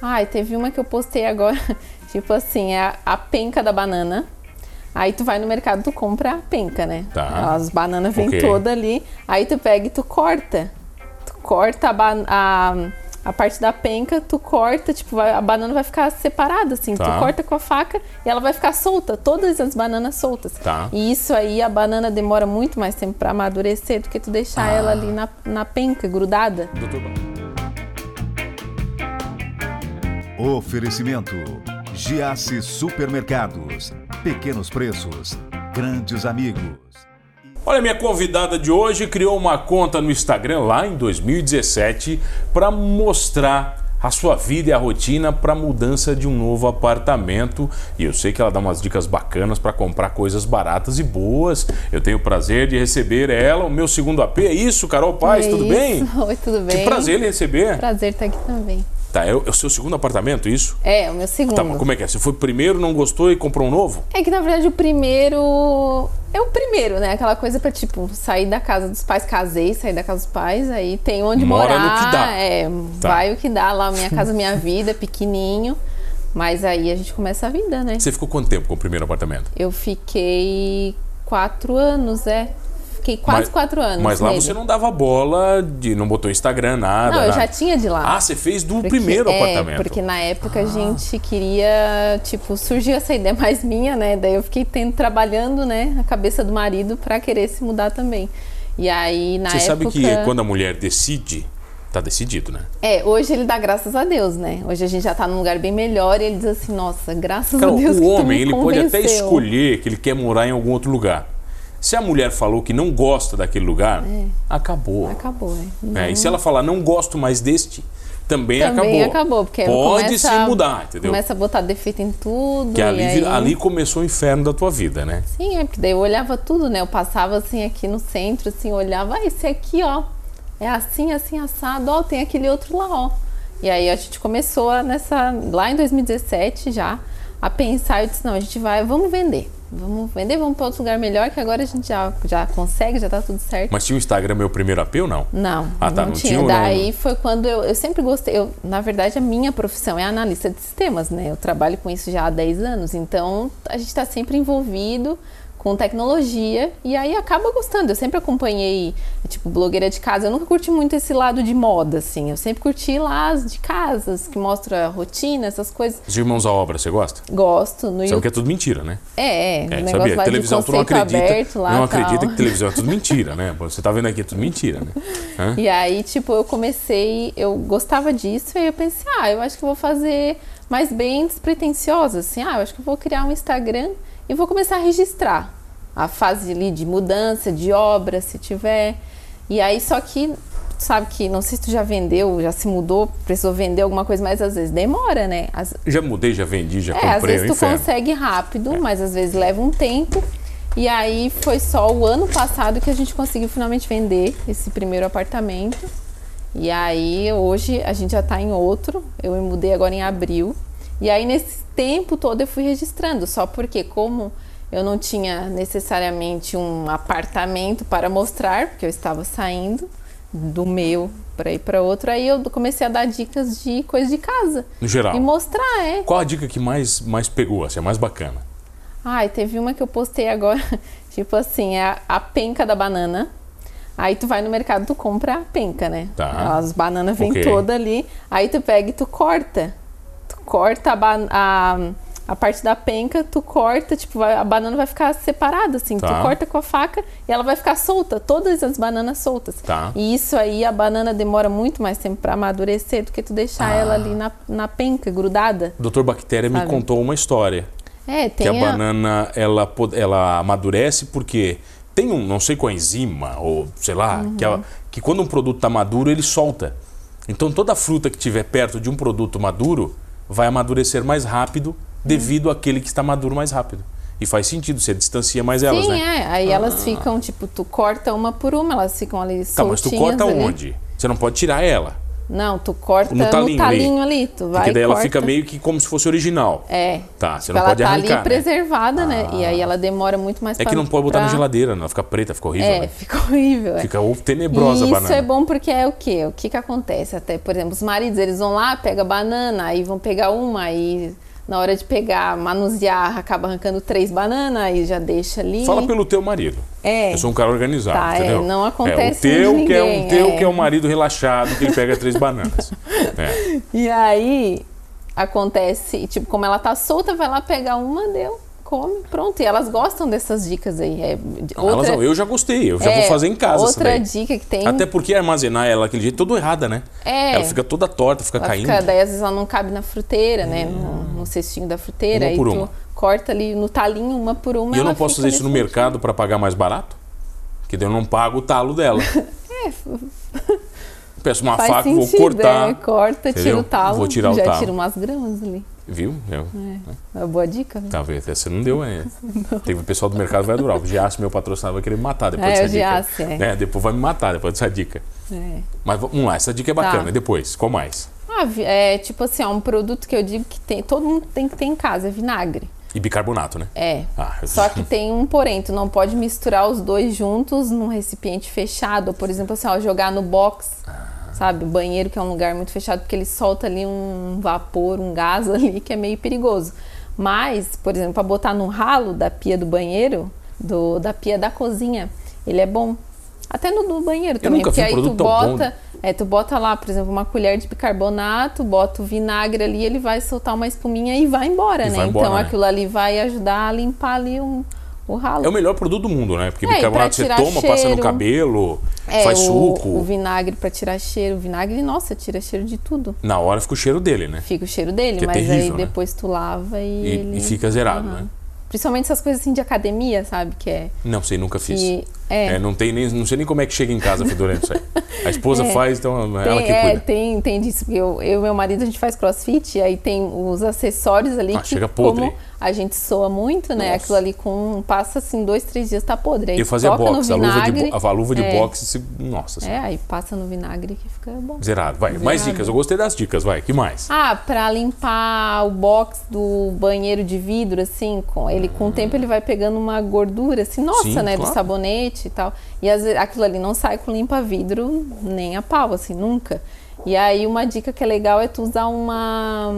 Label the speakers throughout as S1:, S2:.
S1: Ai, teve uma que eu postei agora. tipo assim, é a, a penca da banana. Aí tu vai no mercado, tu compra a penca, né?
S2: Tá.
S1: As bananas vêm
S2: Ok.
S1: toda ali. Aí tu pega e tu corta. Tu corta a, ba- a, a parte da penca, tu corta, tipo, vai- a banana vai ficar separada, assim.
S2: Tá.
S1: Tu corta com a faca e ela vai ficar solta, todas as bananas soltas.
S2: Tá.
S1: E isso aí, a banana demora muito mais tempo pra amadurecer do que tu
S2: Ah.
S1: deixar ela ali na, na penca, grudada.
S2: Doutor Ba-
S3: Oferecimento: Giasse Supermercados. Pequenos preços, grandes amigos.
S2: Olha, minha convidada de hoje criou uma conta no Instagram lá em 2017 para mostrar a sua vida e a rotina para mudança de um novo apartamento. E eu sei que ela dá umas dicas bacanas para comprar coisas baratas e boas. Eu tenho o prazer de receber ela, o meu segundo AP. É isso, Carol Paz,
S1: É
S2: tudo
S1: isso.
S2: bem?
S1: Oi, tudo bem?
S2: Que prazer lhe receber.
S1: Prazer estar aqui também.
S2: Tá, é o é o seu segundo apartamento, isso?
S1: É, o meu segundo.
S2: Tá, mas como é que é? Você foi primeiro, não gostou e comprou um novo?
S1: É que na verdade o primeiro. É o primeiro, né? Aquela coisa pra, tipo, sair da casa dos pais, casei, sair da casa dos pais, aí tem onde
S2: Mora no
S1: morar.
S2: que dá.
S1: É,
S2: Tá.
S1: vai o que dá lá, minha casa, minha vida, pequenininho. Mas aí a gente começa a vida, né?
S2: Você ficou quanto tempo com o primeiro apartamento?
S1: Eu fiquei quatro anos, é. Fiquei quase
S2: Mas-
S1: quatro anos.
S2: Mas lá
S1: nele.
S2: você não dava bola, de, não botou Instagram, nada.
S1: Não, eu
S2: nada.
S1: já tinha de lá.
S2: Ah, você fez do
S1: Porque-
S2: primeiro
S1: é,
S2: apartamento.
S1: Porque na época a gente queria, tipo, surgiu essa ideia mais minha, né? Daí eu fiquei tendo, trabalhando, né, a cabeça do marido pra querer se mudar também. E aí, na
S2: Você
S1: época.
S2: sabe que quando a mulher decide, tá decidido, né?
S1: É, hoje ele dá graças a Deus, né? Hoje a gente já tá num lugar bem melhor e ele diz assim, nossa, graças
S2: Cara,
S1: a Deus. que
S2: o
S1: tu
S2: homem,
S1: me
S2: ele pode até
S1: convenceu."
S2: escolher que ele quer morar em algum outro lugar. Se a mulher falou que não gosta daquele lugar,
S1: É.
S2: acabou.
S1: Acabou, né?
S2: né? E se ela falar, não gosto mais deste, também,
S1: Também
S2: acabou.
S1: acabou, porque aí
S2: Pode
S1: começa,
S2: se mudar, entendeu?
S1: Começa a botar defeito em tudo.
S2: Que
S1: e
S2: ali,
S1: aí...
S2: vira- ali começou o inferno da tua vida, né?
S1: Sim, é porque daí eu olhava tudo, né? Eu passava assim aqui no centro, assim, eu olhava, ah, esse aqui, ó, é assim, assim, assado, ó, tem aquele outro lá, ó. E aí a gente começou a nessa, lá em 2017 já, a pensar, eu disse, não, a gente vai, vamos vender. Vamos vender, vamos para outro lugar melhor, que agora a gente já, já consegue, já tá tudo certo.
S2: Mas tinha o Instagram meu primeiro AP ou não?
S1: Não,
S2: Ah, tá,
S1: não,
S2: não
S1: tinha.
S2: tinha, não-
S1: Daí foi quando eu, eu sempre gostei. Eu, na verdade, a minha profissão é analista de sistemas, né? Eu trabalho com isso já há 10 anos, então a gente está sempre envolvido com tecnologia e aí acaba gostando. Eu sempre acompanhei, tipo, blogueira de casa. Eu nunca curti muito esse lado de moda, assim. Eu sempre curti lá as de casas, que mostra a rotina, essas coisas.
S2: Os irmãos à obra, você gosta?
S1: Gosto no
S2: Sabe que
S1: YouTube.
S2: é tudo mentira, né?
S1: É, é, o
S2: É,
S1: negócio
S2: sabia?
S1: lá
S2: Televisão
S1: de
S2: tu não
S1: conceito
S2: acredita.
S1: aberto lá
S2: não
S1: tal.
S2: acredita que televisão é tudo mentira, né? Você tá vendo aqui é tudo mentira, né? Hã?
S1: E aí, tipo, eu comecei, eu gostava disso, e aí eu pensei, ah, eu acho que eu vou fazer mais bem despretensiosa, assim, ah, eu acho que eu vou criar um Instagram e vou começar a registrar a fase ali de mudança, de obra, se tiver. E aí, só que, tu sabe que, não sei se tu já vendeu, já se mudou, precisou vender alguma coisa, mas às vezes demora, né? Às-
S2: Já mudei, já vendi, já
S1: é, às
S2: comprei, é o
S1: vezes tu
S2: inferno. É.
S1: consegue rápido, mas às vezes leva um tempo. E aí foi só o ano passado que a gente conseguiu finalmente vender esse primeiro apartamento. E aí hoje a gente já tá em outro. Eu me mudei agora em abril. E aí nesse tempo todo eu fui registrando, só porque como eu não tinha necessariamente um apartamento para mostrar, porque eu estava saindo do meu para ir para outro, aí eu comecei a dar dicas de coisa de casa.
S2: No geral.
S1: E mostrar, é.
S2: Qual a dica que mais, mais pegou, assim, a mais bacana?
S1: Ai, teve uma que eu postei agora, tipo assim, é a, a penca da banana. Aí tu vai no mercado, tu compra a penca, né?
S2: Tá.
S1: As bananas vêm
S2: Ok.
S1: toda ali. Aí tu pega e tu corta. Tu corta a, ba- a, a parte da penca, tu corta, tipo, vai- a banana vai ficar separada, assim.
S2: Tá.
S1: Tu corta com a faca e ela vai ficar solta, todas as bananas soltas.
S2: Tá.
S1: E isso aí, a banana demora muito mais tempo pra amadurecer do que tu
S2: Ah.
S1: deixar ela ali na, na penca, grudada.
S2: O doutor Bactéria me
S1: Sabe?
S2: contou uma história.
S1: É,
S2: Que
S1: tem
S2: a banana, ela, pod- ela amadurece porque tem um, não sei qual enzima, ou sei lá,
S1: Uhum.
S2: que, a- que quando um produto está maduro, ele solta. Então toda fruta que tiver perto de um produto maduro vai amadurecer mais rápido devido
S1: Uhum.
S2: àquele que está maduro mais rápido. E faz sentido, você distancia mais elas,
S1: Sim,
S2: né?
S1: é. Aí elas ficam, tipo, tu corta uma por uma, elas ficam ali
S2: Tá,
S1: soltinhas
S2: mas tu corta
S1: ali.
S2: onde? Você não pode tirar ela.
S1: Não, tu corta
S2: No
S1: no
S2: talinho
S1: talinho,
S2: ali.
S1: ali. Tu vai
S2: Porque
S1: e
S2: daí ela
S1: corta.
S2: fica meio que como se fosse original.
S1: É.
S2: Tá, você
S1: Tipo,
S2: não
S1: ela
S2: pode
S1: tá
S2: arrancar,
S1: ali
S2: né? Ah.
S1: preservada, né? E aí ela demora muito mais
S2: É que
S1: pra-
S2: não pode botar na
S1: pra-
S2: geladeira, né? ela fica preta, fica horrível.
S1: É,
S2: né?
S1: fica horrível. é.
S2: Fica ou tenebrosa
S1: e
S2: a banana.
S1: isso é bom porque é o quê? O que que acontece? Até, por exemplo, os maridos, eles vão lá, pegam banana, aí vão pegar uma, aí na hora de pegar, manusear, acaba arrancando três bananas, aí já deixa ali.
S2: Fala pelo teu marido.
S1: É.
S2: Eu sou um cara organizado,
S1: Tá, é,
S2: entendeu?
S1: não acontece
S2: é, o teu
S1: com
S2: que é um
S1: ninguém,
S2: teu
S1: é.
S2: que é um marido relaxado que ele pega três bananas. É.
S1: E aí acontece, tipo, como ela tá solta, vai lá pegar uma, deu, come, pronto. E elas gostam dessas dicas aí. É, de-
S2: Não, Então, elas não, eu já gostei, eu já
S1: é,
S2: vou fazer em casa essa
S1: Outra
S2: daí.
S1: dica que tem.
S2: Até porque armazenar ela daquele jeito todo errada, né?
S1: É.
S2: Ela fica toda torta, fica
S1: Ela
S2: caindo. Hum.
S1: fica- daí às vezes ela não cabe na fruteira, né? No, no cestinho da fruteira.
S2: Uma
S1: aí
S2: por
S1: tu
S2: uma.
S1: corta ali no talinho uma por uma.
S2: E eu
S1: ela
S2: não posso
S1: fica
S2: fazer isso no
S1: nesse-
S2: mercado pra pagar mais barato? Que daí eu não pago o talo dela. Peço uma
S1: é, Faz
S2: faca,
S1: sentido,
S2: vou cortar.
S1: é, corta,
S2: entendeu?
S1: tira o talo,
S2: Vou tirar o
S1: já
S2: talo.
S1: tira umas gramas ali.
S2: Viu? Eu-
S1: É uma boa dica, né?
S2: Talvez até você não deu ainda. Teve o pessoal do mercado vai adorar. O Giasse, meu patrocinador, vai querer me matar depois
S1: É,
S2: dessa
S1: o
S2: dica.
S1: Giasse, é.
S2: Né? Depois vai me matar depois dessa dica.
S1: É.
S2: Mas vamos lá, essa dica é bacana.
S1: Tá.
S2: E Depois, qual mais?
S1: Ah, vi- é tipo assim, ó, um produto que eu digo que tem, todo mundo tem que ter em casa, é vinagre.
S2: E bicarbonato, né?
S1: É.
S2: Ah, eu-
S1: Só que tem um porém, tu não pode misturar os dois juntos num recipiente fechado, ou por exemplo assim, ó, jogar no box,
S2: Ah.
S1: sabe, banheiro que é um lugar muito fechado, porque ele solta ali um vapor, um gás ali que é meio perigoso. Mas, por exemplo, para botar no ralo da pia do banheiro, do, da pia da cozinha, ele é bom. Até no, no banheiro também,
S2: nunca
S1: porque
S2: vi um
S1: aí tu
S2: produto tão bom,
S1: bota,
S2: né?
S1: é, tu bota lá, por exemplo, uma colher de bicarbonato, bota o vinagre ali, ele vai soltar uma espuminha e vai embora,
S2: E
S1: né?
S2: vai embora,
S1: então
S2: né?
S1: aquilo ali vai ajudar a limpar ali um, o ralo.
S2: É o melhor produto do mundo, né? Porque
S1: É, e pra
S2: bicarbonato você
S1: tirar
S2: toma, passa no
S1: cheiro.
S2: cabelo,
S1: É,
S2: faz
S1: o-
S2: suco.
S1: O vinagre para tirar cheiro. O vinagre, nossa, tira cheiro de tudo.
S2: Na hora fica o cheiro dele, né?
S1: Fica o cheiro dele,
S2: Que é
S1: mas aí
S2: terrível, né?
S1: depois tu lava e.
S2: E,
S1: ele-
S2: e fica zerado,
S1: Aham.
S2: né?
S1: Principalmente essas coisas assim de academia, sabe? Que é.
S2: Não sei, nunca fiz.
S1: E, é,
S2: É, não, tem nem, não sei nem como é que chega em casa fedorento isso aí. A esposa
S1: É.
S2: faz, então é ela
S1: tem,
S2: que
S1: é,
S2: cuida.
S1: tem, tem disso. porque Eu, eu e meu marido, a gente faz crossfit, e aí tem os acessórios ali
S2: Ah,
S1: que,
S2: chega podre.
S1: como a gente soa muito, né?
S2: Nossa.
S1: Aquilo ali com. Passa assim, dois, três dias tá podre. Aí
S2: Eu fazia
S1: toca
S2: boxe, a
S1: no
S2: luva de,
S1: vinagre,
S2: bo- a luva de
S1: é,
S2: boxe, se- nossa,
S1: É, aí passa no vinagre que fica bom.
S2: zerado. Vai, mais
S1: É. Zerado.
S2: dicas, eu gostei das dicas, vai, que mais?
S1: Ah, pra limpar o box do banheiro de vidro, assim, com ele com o tempo ele vai pegando uma gordura, assim, nossa,
S2: Sim,
S1: né,
S2: claro.
S1: do sabonete e tal. E às vezes, aquilo ali não sai com limpa-vidro nem a pau, assim, nunca. E aí uma dica que é legal é tu usar uma,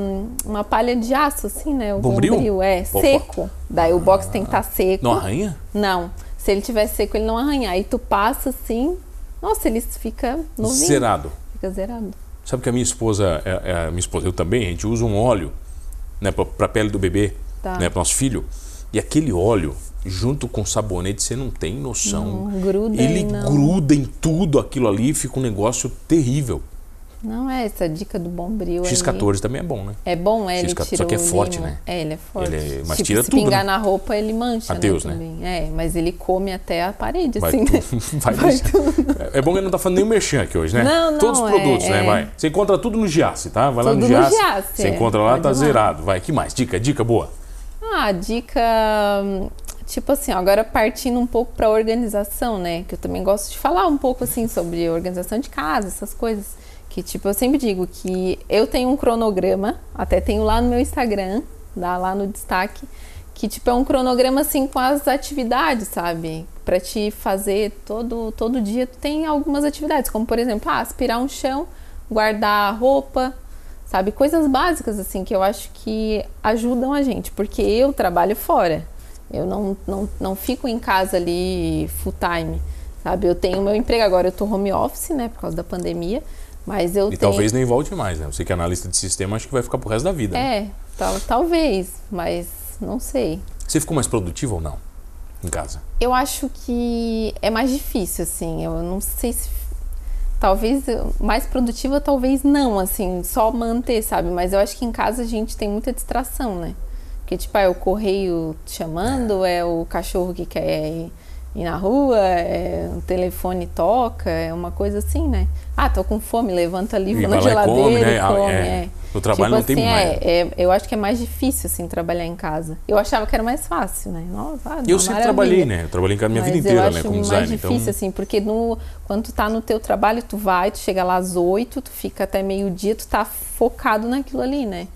S1: uma palha de aço, assim, né, o
S2: Bombril?
S1: bombril, é,
S2: Opa.
S1: seco. Daí o box tem que estar seco.
S2: Não arranha?
S1: Não, se ele tiver seco ele não arranha. Aí tu passa assim, nossa, ele fica novinho,
S2: Zerado.
S1: fica zerado.
S2: Sabe que a minha esposa, é- é a minha esposa, eu também, a gente usa um óleo né, pra, pra pele do bebê,
S1: Tá.
S2: né, pro nosso filho. E aquele óleo, junto com sabonete, você não tem noção.
S1: Não, gruda
S2: Ele
S1: e não-
S2: gruda em tudo aquilo ali, fica um negócio terrível.
S1: Não é essa dica do bombril ali.
S2: X14 também é bom, né?
S1: É bom, é, ele
S2: X14,
S1: tira
S2: só que é
S1: o
S2: forte,
S1: limo.
S2: né?
S1: É, ele é forte.
S2: Ele é- mas
S1: tipo,
S2: tira
S1: se
S2: tudo,
S1: pingar
S2: né?
S1: na roupa, ele mancha,
S2: Adeus, né?
S1: né? Também. É, mas ele come até a parede,
S2: Vai
S1: assim, né?
S2: tudo. Vai deixar. É- É bom que não tá falando nem o merchan aqui hoje, né?
S1: Não, não,
S2: Todos os
S1: é-
S2: produtos, né?
S1: é.
S2: Vai. Você encontra tudo no Giasse, tá? Vai lá
S1: Tudo no
S2: no Giasse.
S1: Giasse, é.
S2: Você encontra lá,
S1: Pode
S2: tá
S1: ir lá.
S2: zerado. Vai, que mais? Dica, dica boa.
S1: Ah, dica. hum, Tipo assim, ó, agora partindo um pouco para organização, né? Que eu também gosto de falar um pouco assim sobre organização de casa, essas coisas. Que tipo, eu sempre digo que eu tenho um cronograma, até tenho lá no meu Instagram, dá lá no destaque, que tipo é um cronograma assim com as atividades, sabe? Para te fazer todo todo dia tu tem algumas atividades, como por exemplo, ah, aspirar um chão, guardar roupa, sabe? Coisas básicas, assim, que eu acho que ajudam a gente, porque eu trabalho fora, eu não, não, não fico em casa ali full time, sabe? Eu tenho meu emprego agora, eu tô home office, né, por causa da pandemia, mas eu
S2: E
S1: tenho.
S2: talvez nem volte mais, né? Você que é analista de sistema, acho que vai ficar pro resto da vida. né?
S1: É, tal, talvez, mas não sei.
S2: Você ficou mais produtivo ou não? Em casa.
S1: Eu acho que é mais difícil, assim. Eu não sei se. Talvez eu- mais produtiva, talvez não, assim, só manter, sabe? Mas eu acho que em casa a gente tem muita distração, né? Porque, tipo, ah, é o correio te chamando, é o cachorro que quer ir, ir na rua, é o telefone toca, é uma coisa assim, né? Ah, tô com fome, levanta ali,
S2: E
S1: vou na
S2: vai lá e
S1: geladeira
S2: come, né?
S1: e
S2: Ah,
S1: come.
S2: é.
S1: é.
S2: No trabalho
S1: tipo
S2: não
S1: assim,
S2: tem mais.
S1: é, é, eu acho que é mais difícil, assim, trabalhar em casa. Eu achava que era mais fácil, né? Nossa, ah,
S2: Eu
S1: uma
S2: sempre
S1: maravilha.
S2: trabalhei, né? Eu trabalhei em casa minha
S1: Mas
S2: vida inteira,
S1: eu
S2: né?
S1: acho
S2: Como
S1: mais
S2: designer.
S1: difícil,
S2: Então,
S1: assim, porque no, quando tu tá no teu trabalho, tu vai, tu chega lá às oito, tu fica até meio-dia, tu tá focado naquilo ali, né?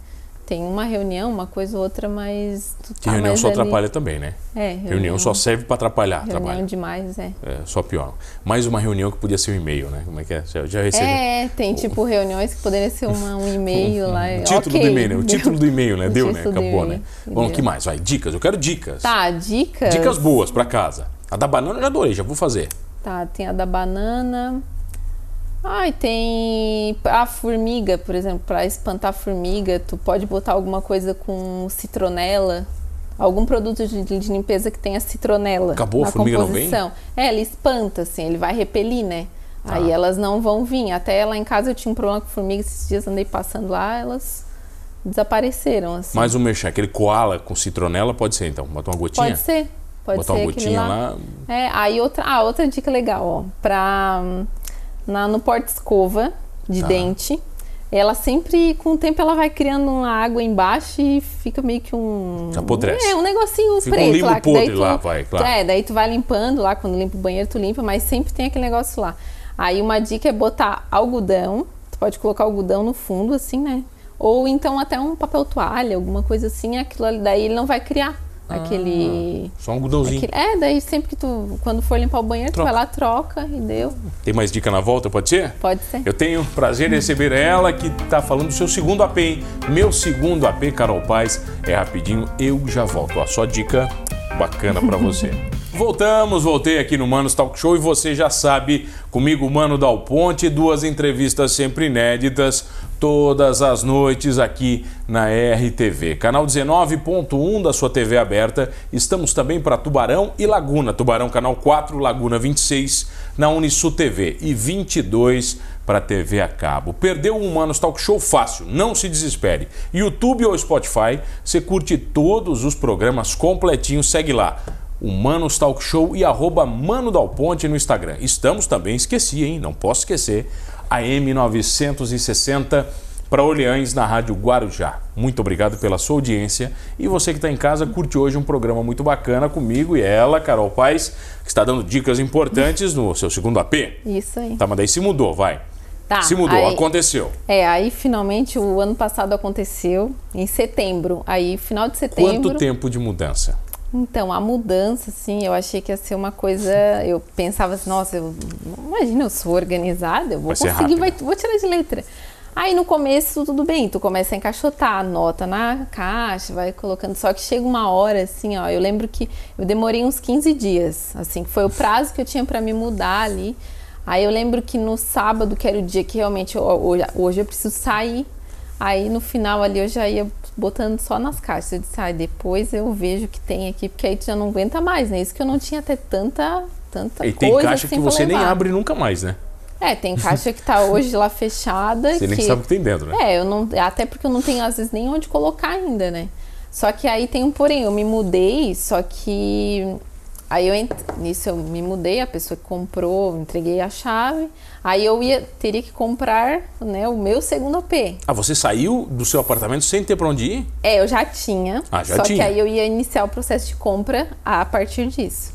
S1: Tem uma reunião, uma coisa ou outra, mas tu
S2: que
S1: tá
S2: reunião
S1: mais
S2: só
S1: ali.
S2: atrapalha também, né?
S1: É,
S2: Reunião, só serve para atrapalhar
S1: reunião
S2: trabalho.
S1: demais, é.
S2: É, só pior. Mais uma reunião que podia ser um e-mail, né? Como é que é? Já, já recebi.
S1: É, tem tipo reuniões que poderia ser uma- um e-mail lá.
S2: O título
S1: Ok,
S2: do e-mail, né? O
S1: deu.
S2: título do e-mail, né?
S1: O
S2: Deu, né?
S1: título do
S2: Acabou,
S1: e-mail.
S2: né? Bom, o
S1: Deu.
S2: que mais? Vai, dicas. Eu quero dicas.
S1: Tá, dicas.
S2: Dicas boas para casa. A da banana eu já adorei, já vou fazer.
S1: Tá, tem a da banana. Ai, tem a formiga, por exemplo, para espantar a formiga, tu pode botar alguma coisa com citronela, algum produto de, de limpeza que tenha citronela.
S2: Acabou, a
S1: na
S2: formiga não vem?
S1: composição. É, ele espanta, assim, ele vai repelir, né?
S2: Tá.
S1: Aí elas não vão vir. Até lá em casa eu tinha um problema com formiga esses dias, andei passando lá, elas desapareceram, assim.
S2: Mais um merchan. Aquele koala com citronela pode ser, então. Bota uma gotinha.
S1: Pode ser. Pode
S2: Botar
S1: ser
S2: uma
S1: aquele
S2: gotinha lá.
S1: É, aí outra, ah, outra dica legal, ó, pra hum, na no porta escova de
S2: Tá.
S1: dente. Ela sempre, com o tempo, ela vai criando uma água embaixo e fica meio que um.
S2: Apodrece.
S1: É, um negocinho
S2: Fica um
S1: preto
S2: limo
S1: lá. que daí
S2: podre lá, vai, claro.
S1: É, daí tu vai limpando lá, quando limpa o banheiro, tu limpa, mas sempre tem aquele negócio lá. Aí uma dica é botar algodão, tu pode colocar algodão no fundo, assim, né? Ou então até um papel toalha, alguma coisa assim, aquilo ali, daí ele não vai criar
S2: Ah.
S1: aquele.
S2: Só um algodãozinho.
S1: Aquele- é, daí sempre que tu, quando for limpar o banheiro,
S2: Troca.
S1: tu vai lá, troca e deu.
S2: Tem mais dica na volta, pode ser?
S1: Pode ser.
S2: Eu tenho o prazer de receber ela que está falando do seu segundo AP, hein? Meu segundo AP, Carol Paz, é rapidinho, eu já volto. Ó, só dica bacana para você. Voltamos, voltei aqui no Manos Talk Show e você já sabe, comigo, Mano Dal Ponte, duas entrevistas sempre inéditas, todas as noites aqui na RTV. Canal 19.1 da sua TV aberta. Estamos também para Tubarão e Laguna. Tubarão, canal 4, Laguna 26, na Unisul TV. E 22 para TV a cabo. Perdeu o Humanos Talk Show fácil, não se desespere. YouTube ou Spotify, você curte todos os programas completinhos, segue lá. Humanos Talk Show e arroba Mano Dal Ponte no Instagram. Estamos também, esqueci, hein? Não posso esquecer, a M960 para Orleães na Rádio Guarujá. Muito obrigado pela sua audiência e você que está em casa curte hoje um programa muito bacana comigo e ela, Carol Paz, que está dando dicas importantes no seu segundo AP.
S1: Isso aí.
S2: Tá, mas daí se mudou, vai.
S1: Tá,
S2: se mudou,
S1: aí-
S2: aconteceu.
S1: É, aí finalmente o ano passado aconteceu, em setembro. Aí, final de setembro.
S2: Quanto tempo de mudança?
S1: Então, a mudança, assim, eu achei que ia ser uma coisa. Eu pensava assim, nossa, eu, imagina, eu sou organizada, eu vou
S2: Vai ser
S1: conseguir, vai,
S2: rápido.
S1: vou tirar de letra. Aí no começo, tudo bem, tu começa a encaixotar a nota na caixa, vai colocando. Só que chega uma hora, assim, ó. Eu lembro que eu demorei uns 15 dias, assim, que foi o prazo que eu tinha pra me mudar ali. Aí eu lembro que no sábado, que era o dia que realmente, eu- hoje- hoje eu preciso sair. Aí no final ali eu já ia botando só nas caixas. Eu disse, ai, depois eu vejo o que tem aqui, porque aí tu já não aguenta mais, né? Isso que eu não tinha até tanta, tanta
S2: E
S1: coisa
S2: tem caixa
S1: assim
S2: que
S1: pra
S2: você nem
S1: levar.
S2: abre nunca mais, né?
S1: É, tem caixa que tá hoje lá fechada.
S2: Você nem
S1: que...
S2: sabe o que tem dentro, né?
S1: É, eu não, até porque eu não tenho às vezes nem onde colocar ainda, né? Só que aí tem um porém, eu me mudei, só que aí eu ent... nisso eu me mudei, a pessoa que comprou, eu entreguei a chave, aí eu ia teria que comprar, né, o meu segundo AP.
S2: Ah, você saiu do seu apartamento sem ter para onde ir?
S1: É, eu já tinha.
S2: Ah, já
S1: só que
S2: tinha.
S1: aí eu ia iniciar o processo de compra a partir disso.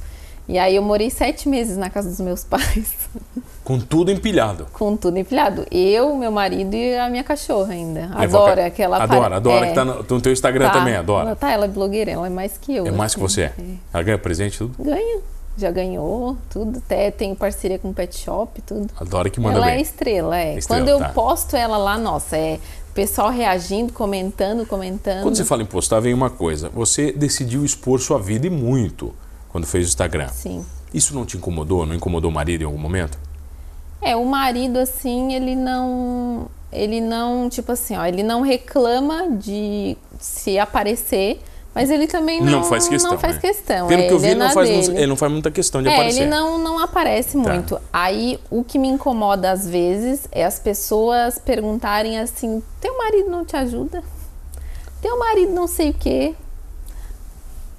S1: E aí eu morei sete meses na casa dos meus pais,
S2: Com tudo empilhado.
S1: com tudo empilhado. Eu, meu marido e a minha cachorra ainda.
S2: Levou a
S1: Adora
S2: ca-
S1: aquela
S2: Adora, adora,
S1: é,
S2: que tá no, no teu Instagram
S1: tá.
S2: também, adora.
S1: Ela tá, ela é blogueira, ela é mais que eu.
S2: É mais que
S1: assim.
S2: você. Ela ganha presente, tudo.
S1: Ganha. Já ganhou tudo, até tenho parceria com o pet shop, tudo.
S2: Adora que manda
S1: ela
S2: bem.
S1: é estrela, é.
S2: Estrela,
S1: Quando eu
S2: tá.
S1: posto ela lá, nossa, é o pessoal reagindo, comentando, comentando.
S2: Quando você fala em postar, vem uma coisa. Você decidiu expor sua vida e muito quando fez o Instagram.
S1: Sim.
S2: Isso não te incomodou? Não incomodou o marido em algum momento?
S1: É, o marido, assim, ele não. Ele não, tipo assim, ó, ele não reclama de se aparecer, mas ele também não,
S2: faz questão.
S1: Não faz
S2: né?
S1: questão.
S2: Pelo
S1: é,
S2: que eu vi,
S1: ele é
S2: ele não,
S1: na
S2: faz, mu-
S1: dele.
S2: ele Tá. não faz muita questão de
S1: É,
S2: aparecer.
S1: ele não, não aparece muito. Aí o que me incomoda às vezes é as pessoas perguntarem assim: teu marido não te ajuda? Teu marido não sei o quê.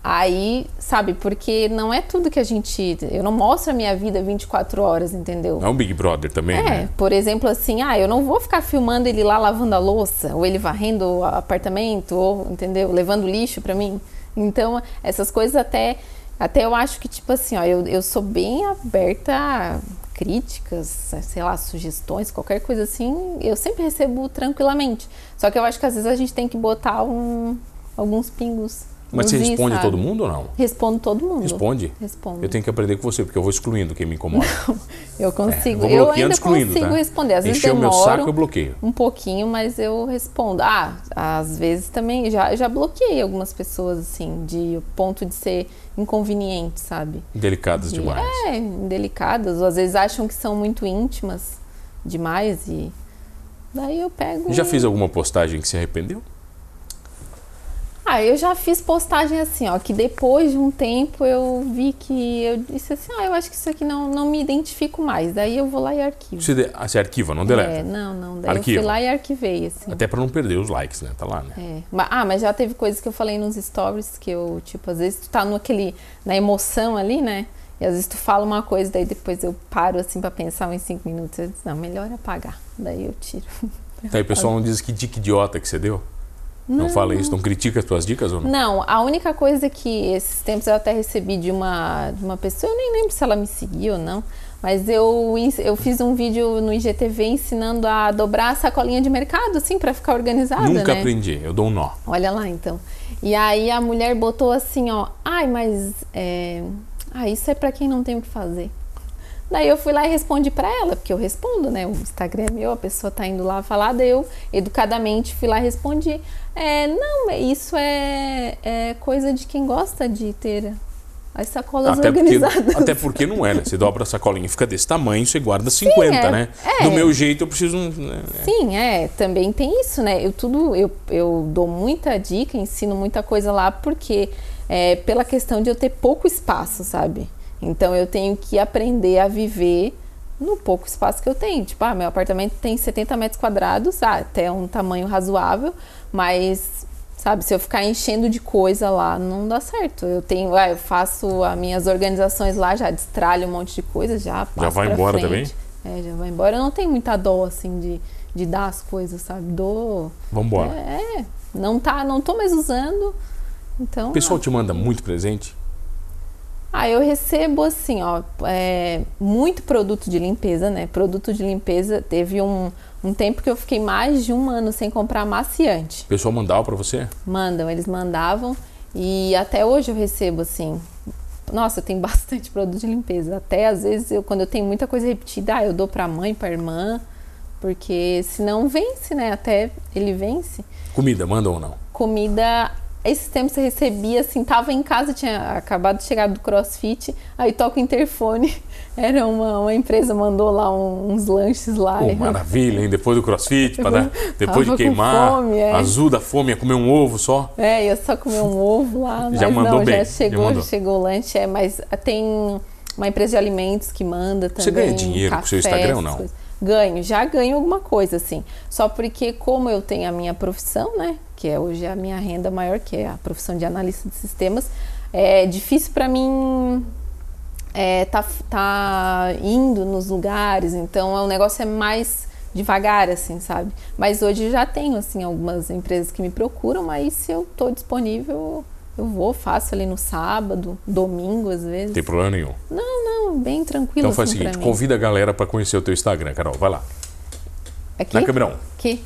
S1: Aí, sabe, porque não é tudo que a gente. Eu não mostro a minha vida 24 horas, entendeu?
S2: É um Big Brother também,
S1: É,
S2: né?
S1: por exemplo, assim, ah, eu não vou ficar filmando ele lá lavando a louça, ou ele varrendo o apartamento, ou, entendeu? Levando lixo pra mim. Então, essas coisas até. Até eu acho que, tipo assim, ó, eu, eu sou bem aberta a críticas, sei lá, sugestões, qualquer coisa assim, eu sempre recebo tranquilamente. Só que eu acho que às vezes a gente tem que botar um, alguns pingos.
S2: Mas
S1: nos
S2: você
S1: is,
S2: responde
S1: sabe?
S2: todo mundo ou não?
S1: Respondo todo mundo.
S2: Responde?
S1: Respondo.
S2: Eu tenho que aprender com você, porque eu vou excluindo quem me incomoda.
S1: Então, Eu consigo.
S2: É, Vou
S1: eu
S2: bloqueando,
S1: ainda
S2: excluindo,
S1: consigo
S2: tá?
S1: responder. Às vezes
S2: Encheu meu
S1: demoro
S2: saco, eu bloqueio.
S1: um pouquinho, mas eu respondo. Ah, às vezes também já, já bloqueei algumas pessoas, assim, de o ponto de ser inconveniente, sabe?
S2: Delicadas demais.
S1: É, indelicadas. Ou às vezes acham que são muito íntimas demais e. Daí eu pego.
S2: Já
S1: e-
S2: fez alguma postagem que se arrependeu?
S1: Ah, eu já fiz postagem assim, ó, que depois de um tempo eu vi que eu disse assim, ah, eu acho que isso aqui não, não me identifico mais. Daí eu vou lá e arquivo.
S2: Você, de- ah, você arquiva, não deleta.
S1: É, não, não. Daí eu
S2: Arquiva.
S1: fui lá e arquivei, assim.
S2: Até pra não perder os likes, né? Tá lá, né?
S1: É. Ma- Ah, mas já teve coisas que eu falei nos stories que eu, tipo, às vezes tu tá naquele, na emoção ali, né? E às vezes tu fala uma coisa, daí depois eu paro assim pra pensar uns cinco minutos. Eu disse, não, melhor apagar. Daí eu tiro.
S2: Então aí o pessoal não diz que dica idiota que você deu? Não, fala isso, não critica as tuas dicas ou não?
S1: Não, a única coisa que esses tempos eu até recebi de uma, de uma pessoa, eu nem lembro se ela me seguiu ou não, mas eu, ens- eu fiz um vídeo no IGTV ensinando a dobrar a sacolinha de mercado, assim, pra ficar organizada,
S2: Nunca
S1: né?
S2: aprendi, eu dou um nó.
S1: Olha lá então. E aí a mulher botou assim, ó, ai, mas é... ah, isso é pra quem não tem o que fazer. Daí eu fui lá e respondi pra ela, porque eu respondo, né? O Instagram é meu, a pessoa tá indo lá falar, daí eu educadamente fui lá e respondi. É, não, isso é, é coisa de quem gosta de ter as sacolas
S2: Até porque,
S1: organizadas.
S2: até porque não é, né? Você dobra a sacolinha e fica desse tamanho, você guarda 50,
S1: é.
S2: né?
S1: É.
S2: Do meu jeito eu preciso. né?
S1: Sim, é, também tem isso, né? Eu tudo, eu, eu dou muita dica, ensino muita coisa lá, porque é pela questão de eu ter pouco espaço, sabe? Então eu tenho que aprender a viver no pouco espaço que eu tenho. Tipo, ah, meu apartamento tem 70 metros quadrados, ah, até um tamanho razoável, mas Sabe, se eu ficar enchendo de coisa lá, não dá certo. Eu tenho, ah, eu faço as minhas organizações lá, já destralho um monte de coisa, já passo
S2: vai
S1: pra
S2: embora
S1: frente. É, já vai embora. Eu não tenho muita dó, assim, de, de dar as coisas, sabe? Dou.
S2: Vambora.
S1: É, é. não tá, não tô mais usando. Então.
S2: O pessoal te manda muito presente?
S1: Ah, eu recebo assim, ó, é, muito produto de limpeza, né? Produto de limpeza. Teve um, um tempo que eu fiquei mais de um ano sem comprar maciante.
S2: O pessoal mandava pra você?
S1: Mandam, eles mandavam e até hoje eu recebo assim. Nossa, eu tenho bastante produto de limpeza. Até às vezes, eu, quando eu tenho muita coisa repetida, ah, eu dou pra mãe, pra irmã, porque senão vence, né? Até ele vence.
S2: Comida, mandam ou não?
S1: Comida, esses tempos eu recebia assim, tava em casa, tinha acabado de chegar do crossfit, aí toca o interfone. Era uma, uma empresa, mandou lá um- uns lanches lá.
S2: Pô,
S1: Eu-
S2: maravilha, hein? Depois do crossfit, pra dar- depois de
S1: com
S2: queimar,
S1: fome, é.
S2: azul da fome, ia comer um ovo só.
S1: É, eu só comi um ovo lá, mas
S2: Já mandou
S1: não,
S2: bem, já
S1: já chegou, já
S2: mandou.
S1: chegou o lanche, é, mas tem uma empresa de alimentos que manda também.
S2: Você ganha dinheiro com
S1: café,
S2: seu Instagram ou não?
S1: essas coisas. Ganho, já ganho alguma coisa, assim. Só porque como eu tenho a minha profissão, né, que é hoje a minha renda maior, que é a profissão de analista de sistemas, é difícil pra mim é, tá, tá indo nos lugares, então é, o negócio é mais devagar, assim, sabe? Mas hoje eu já tenho, assim, algumas empresas que me procuram, mas se eu tô disponível, eu vou, faço ali no sábado, domingo, às vezes.
S2: Não tem problema nenhum.
S1: Não, não, bem tranquilo,
S2: Tipo Então faz o
S1: assim,
S2: seguinte,
S1: pra mim.
S2: convida a galera pra conhecer o teu Instagram, Carol. Vai lá.
S1: Aqui?
S2: Na câmera 1.
S1: Aqui.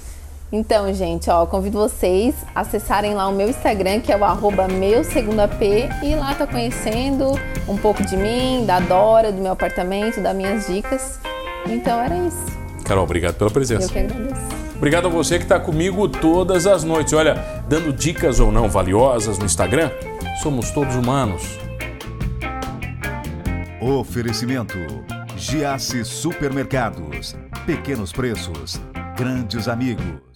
S1: Então, gente, ó, convido vocês a acessarem lá o meu Instagram, que é o arroba meu segunda P, e lá tá conhecendo um pouco de mim, da Dora, do meu apartamento, das minhas dicas. Então era isso.
S2: Carol, obrigado pela presença.
S1: Eu que agradeço.
S2: Obrigado a você que está comigo todas as noites. Olha, dando dicas ou não valiosas no Instagram, somos todos humanos.
S3: Oferecimento: Giasse Supermercados. Pequenos preços, grandes amigos.